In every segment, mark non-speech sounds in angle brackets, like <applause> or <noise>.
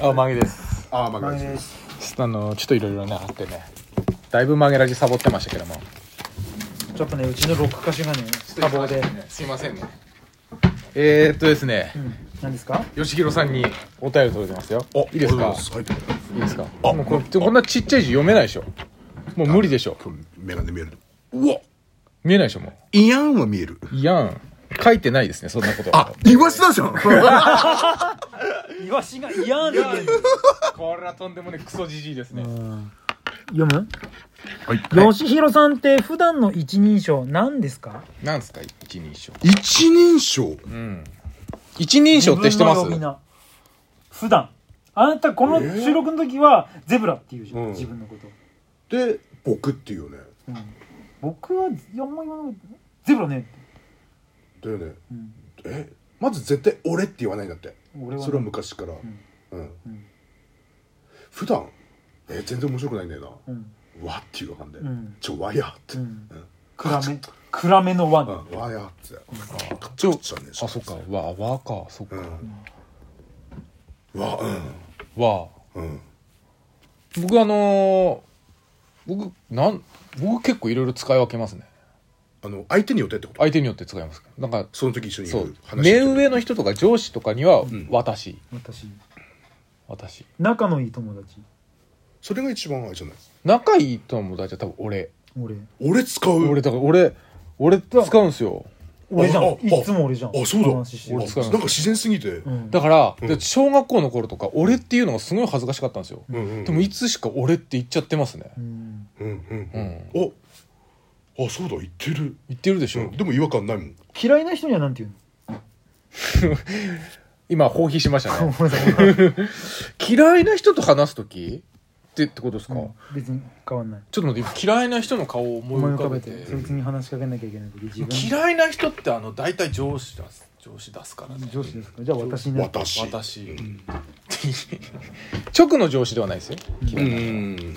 あ、曲げです。ああまあ前でですあの、ちょっといろいろなあってね。だいぶ曲げラジサボってましたけども。ちょっとねうちのロック歌手がね多忙で、すいませんね。えー、っとですねう、ん、何ですか吉弘さんにお便り届いてますよ。おいいですか。はいいいですか。あ、もうここんなちっちゃい字読めないでしょ。もう無理でしょ。このメガネ見えるうわ見えないでしょもイヤンは見えるう。いやん。書いてないですね、そんなこと。あイワシだじゃ <laughs> んイワシが嫌でこれはとんでもねクソじじいですね。読む、はい吉弘さんって普段の一人称何ですかなんすか一人称。一人称うん。一人称って知ってます自分の呼び名普段あなたこの収録の時はゼブラっていうじゃうん、ん自分のこと、で僕っていうねうん、僕はあんま言わないゼブラね、だよねうん、えまず絶対俺って言わないんだって俺はねそれは昔からんうんうん普段え全然面白くないんだようんなわっていう感じでうんちょわやってううんん暗め暗めの輪に、うんわやってあちょちょっとねあ、そっか。わ、わか、そっかう。んわわ。うんうん僕あのー僕、なん、僕結構いろいろ使い分けますね。あの相手によってってこと相手によって使います。なんか、その時一緒にいそるう。話目上の人とか上司とかにはん、私、私私。仲のいい友達それが一番あれじゃない仲いい友達は多分俺。俺俺使う俺、だから俺、俺使うんすよ。俺じゃんああいつも俺じゃんあそうだ話してる俺使うなんか自然すぎてううんだから、うんで小学校の頃とか、俺っていうのがすごい恥ずかしかったんですよ。んうんでもいつしか俺って言っちゃってますね。うんううんうんんうんああそうだ言ってる言ってるでしょ、うんでも違和感ないもん嫌いな人にはなんて言う今放棄しましたのね <laughs> ごめんなさいごめんなさい嫌いな人と話す時ってってことですか、うん別に変わんないちょっと待って今嫌いな人の顔を思い思い浮浮かかべべててそいつに話しかけなきゃいけない時自分嫌いな人ってあの大体上司だ上司出すからね上司ですかじゃあ私ね私私、直の上司ではないですよう嫌いな、ん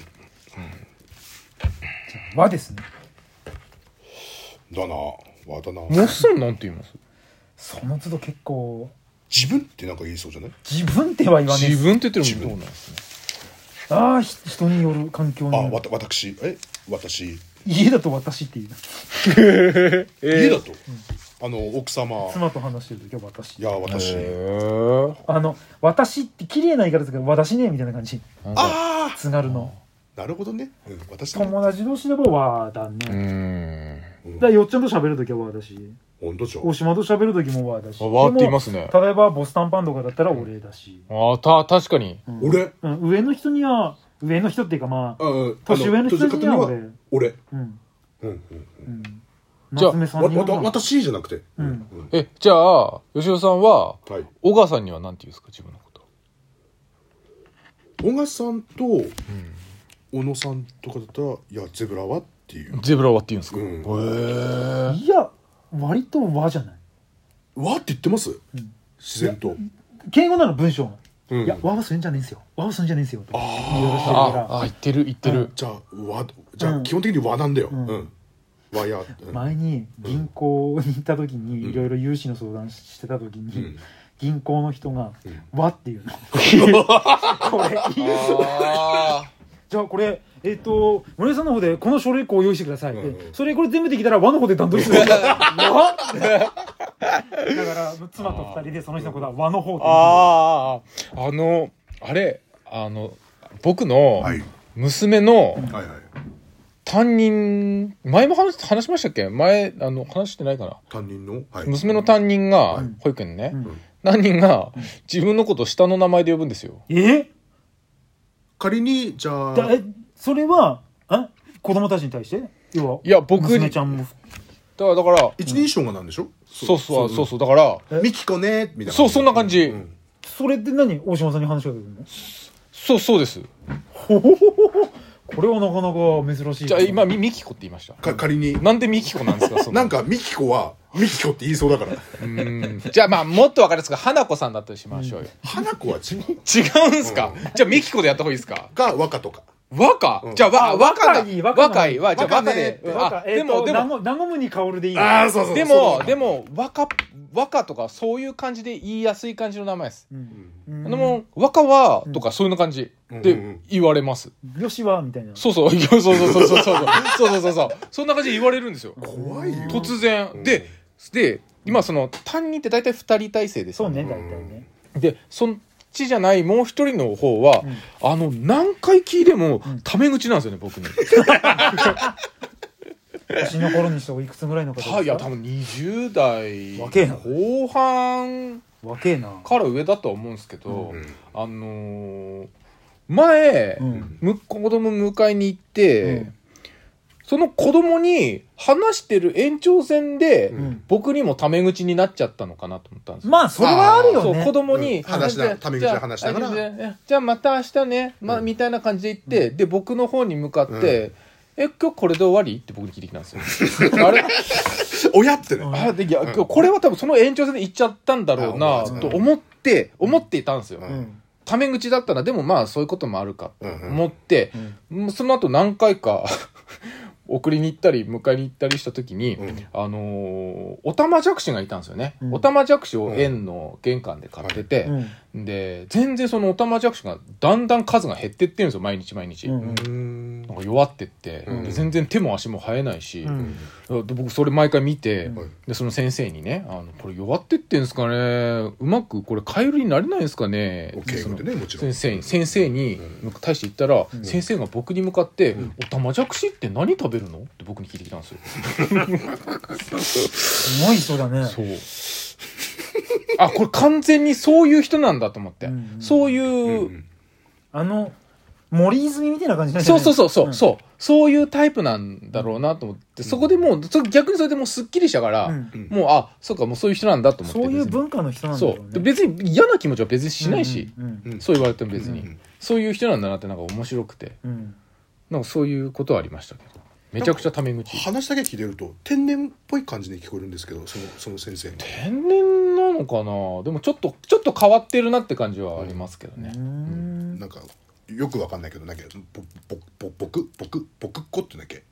和ですねだなわだなモッソンなんて言いますその都度結構自分ってなんか言いそうじゃない自分っては言わねえっ自す分って言って自る分のもどうなんですねああひ人による環境にあよわたる私え私家だと私って言う家だとあの奥様妻と話してる時は私いや私へあの私って綺麗な言い方ですけど私ねみたいな感じえああ津軽のあなるほどねうん私だね友達同士でも和だうねんだからよっちゃんと喋る時は和だし温度調大島と喋る時も和だしあわーって言いますすね例えばボスタンパンとかだったら俺だし、あた確かにうん俺うん、上の人には上の人っていうかまあ、うん年上の人たちにはあ俺の俺うんうんうんじゃあ夏目さわんにはわた私じゃなくてうんうんえじゃあ吉尾さんははい小川さんには何て言うんですか自分のこと小賀さんと小野さんとかだったら「いやゼブラは?」っていうゼブラはって言うんですか、うんへえいや割と和じゃない「わ」って言ってます、ん自然と、敬語なの文章の、うんいや和はするんじゃねえんすよ和はするんじゃねえんすよとか言いろいろしてるあかあ言ってる言ってる、じゃあ「わ」じゃうあん基本的に「和」なんだよ「うんん和や」うらん前に銀行に行った時にいろいろ融資の相談してた時に、うん銀行の人がうん「和」っ <laughs> ていうのこれいいあじゃあこれえっ、と村井さんの方でこの書類こう用意してくださうい、んうんでそれこれ全部できたら和の方で段取りする和だから妻と二人でその人のことは和のー方であーあのあれあの僕のはい娘のはいはい担任前も話話しましたっけ前あの話してないかな担任の、はい、娘の担任がうん保育園のね、うん担任が自分のことを下の名前で呼ぶんですよえ仮にじゃあだえそれはえ子供たちに対して要はいや僕に娘ちだかゃんもらだから一人称がなんでしょ、そうそうそううそうだからうミキコねみたいなそうそんな感じうんそれって何大島さんに話しかけてるのそうそうですほほほほほこれはなかなか珍しいじゃあ今みミキコって言いましたか仮になんでミキコなんですかそのなんかミキコはミキコって言いそうだからうんじゃあまあもっとわかりやすく花子さんだったりしましょうよ、花子は違う違うんすか、じゃあミキコでやった方がいいですかか和歌とか和歌、うんじゃああ和和歌だ若い和若い歌いはじゃあ和和歌歌ねで、うんなんあかえでっともでなもごなごむに香るでいいああそうそうでそうもだでも和歌和歌とかそういう感じで言いやすい感じの名前です、ううんんうでんも和歌はとかそういう感じうんうでん言われます、よしはみたいなそうそう <laughs> そうそうそうそうそうそうそうそうそうそんな感じで言われるんですよ怖いよ突然、うんでで今その担任って大体2人体制ですそようねん大体ねでそっちじゃないもう一人の方は、うんあの何回聞いてもうんタメ口なんですよね僕に年の頃にしておいくつぐらいの方ですかはいいや多分20代若えな後半若えなから上だとは思うんですけど、うんあのー前、うんむ子供迎えに行って、うんその子供に話してる延長線で、うん僕にもタメ口になっちゃったのかなと思ったんですよまあそれはあるよそうね子供に、うん話しなじゃあタメ口で話しながらじゃあえじゃあまた明日ね、まあ、うんみたいな感じで行って、で僕の方に向かって、え今日これで終わりって僕に聞いてきたんです <laughs> よあれ親ってねうんあでいや今日これは多分その延長線で行っちゃったんだろうなあうんと思って思っていたんですよ、ううんタメ口だったらでもまあそういうこともあるかと思ってう、んもうその後何回か <laughs> 送りに行ったり迎えに行ったりした時に、うんあのーおたまじゃくしがいたんですよね、うんおたまじゃくしを園の玄関で買ってて、うんで全然そのオタマジャクシがだんだん数が減ってってるんですよ毎日毎日、うんうんなんか弱ってって、うんで全然手も足も生えないし、うんで僕それ毎回見て、うんはいでその先生にね「あのこれ弱ってってんですかねうまくこれカエルになれないんですかね」おって敬そ語のでねもちろん先生に先生にうん対して言ったら、ん先生が僕に向かってうん「オタマジャクシって何食べるの?」って僕に聞いてきたんですよ。すごい人だねそう <laughs> あこれ完全にそういう人なんだと思って、うんうんそういうう、んあの森泉みたいな感じなんじゃそなうそういそうそう、んそうそういうタイプなんだろうなと思って、そこでもうそ逆にそれでもうすっきりしたから、うんうんもうあそうかもうそういう人なんだと思ってそうい別うに文化の人なんだそろううでね別に嫌な気持ちは別にしないし、うんうんうんそう言われても別に、うんそういう人なんだなってなんか面白くてうんうんなんかそういうことはありましたけどめちゃくちゃタメ口話だけ聞いてると天然っぽい感じに聞こえるんですけどそのその先生天然なのかなでもちょっとちょっと変わってるなって感じはありますけどね、うんなんかよくわかんないけどなんかぼぼぼ僕僕僕っ子ってなんだっけ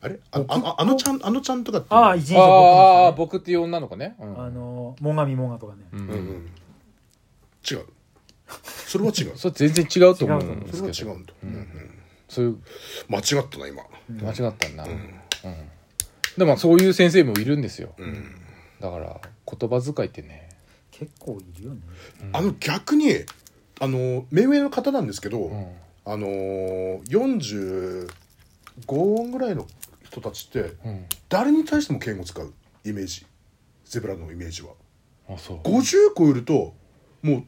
あれああああのちゃんあのちゃんとかってああ一人称ああ僕僕っていう女の子ね、うんあの最上もがとかねうんうんうん違うそれは違うそれ全然違うと思うんでそすれけどは違うんだ、うんうん、そういう間違ったな今間違ったんだ、うんうんでもそういう先生もいるんですようんだから言葉遣いってね結構いるよねあの逆にあの目上の方なんですけど、うんあのー、45ぐらいの人たちってうん誰に対しても敬語使うイメージゼブラのイメージはあそう50超えるともう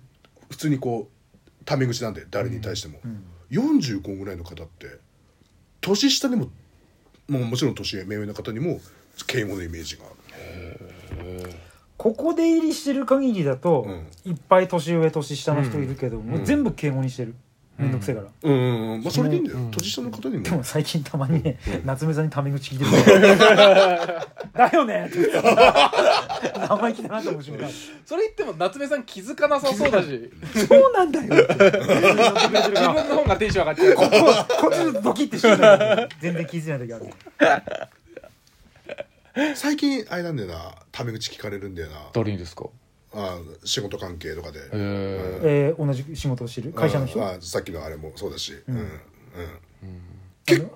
普通にこうタメ口なんで誰に対しても、うん45ぐらいの方って年下にももうもちろん年上目上の方にも敬語のイメージがあるここで入りしてる限りだとうんいっぱい年上年下の人いるけどもう全部敬語にしてるうんめんどくせえからうんうんうんまあそれでいいんだよ、うん年下の方にもでも最近たまにね夏目さんにタメ口聞いてるから「だよね」って言ってた生意気だなと思う瞬間それ言っても夏目さん気づかなさそうだしそうなんだよって言ってくれてる <laughs> か自ら分の方がテンション上がっちゃうからこっちのドキッてしてる全然気づいない時ある最近あれなんだよなタメ口聞かれるんだよな誰にですかあ仕事関係とかで、ええー同じ仕事をしてる会社の人ああさっきのあれもそうだし、うんうん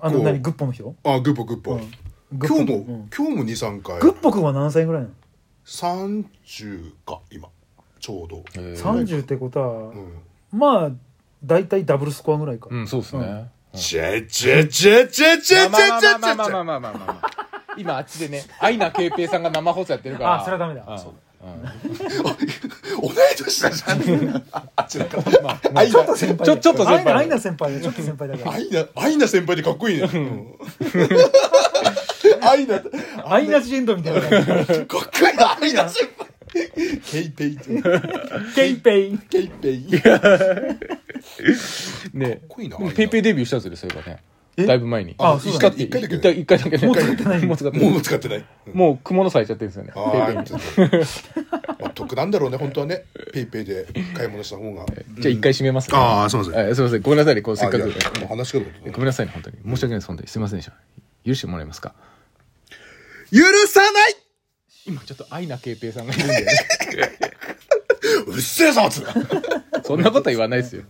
あのあの結構何グッポの人あグッポグッポ、うんグッ今ポ日も、うん今日も23回グッポ君は何歳ぐらいなの30か今ちょうど、え30ってことはうんまあ大体ダブルスコアぐらいか、うんそうですねチェチェチェチェチェチェチェチェまあまあまあまあチェまあまあまあまあまあ今あっちでねアイナケイペイさんが生放送やってるからあそれはダメだうんそううん同い年だじゃんあ違うかまアイちょっナと先輩ちょちょっと先輩アイナアイナ先輩でちょっと先輩だ <laughs> かアイナアイナ先輩でかっこいいね、うんアイナかっらアイナジェンドみたいな感じこいいなアイナ先輩ケイペイってケイペイ <laughs> ケイペイあねこいいなでもペイペイデビューしたんですよねそういえばねだいぶ前にあそう使だって一回だけ一回一回だけねもう使ってないもう使ってないもう使ってないもう蜘蛛の咲いちゃってるんですよねあペイペイーにちょっとまあ得なんだろうね本当はねペイペイで買い物した方がじゃあ一回閉めますねあーすいませんえーすいませんごめんなさいねこうせっかくあいやもう話しかけたことないごめんなさいね本当に申し訳ないです本当にすいませんでした許してもらえますか許さない今ちょっと愛なペイペイさんがいるんでねうっせえぞつってそんなことは言わないですよ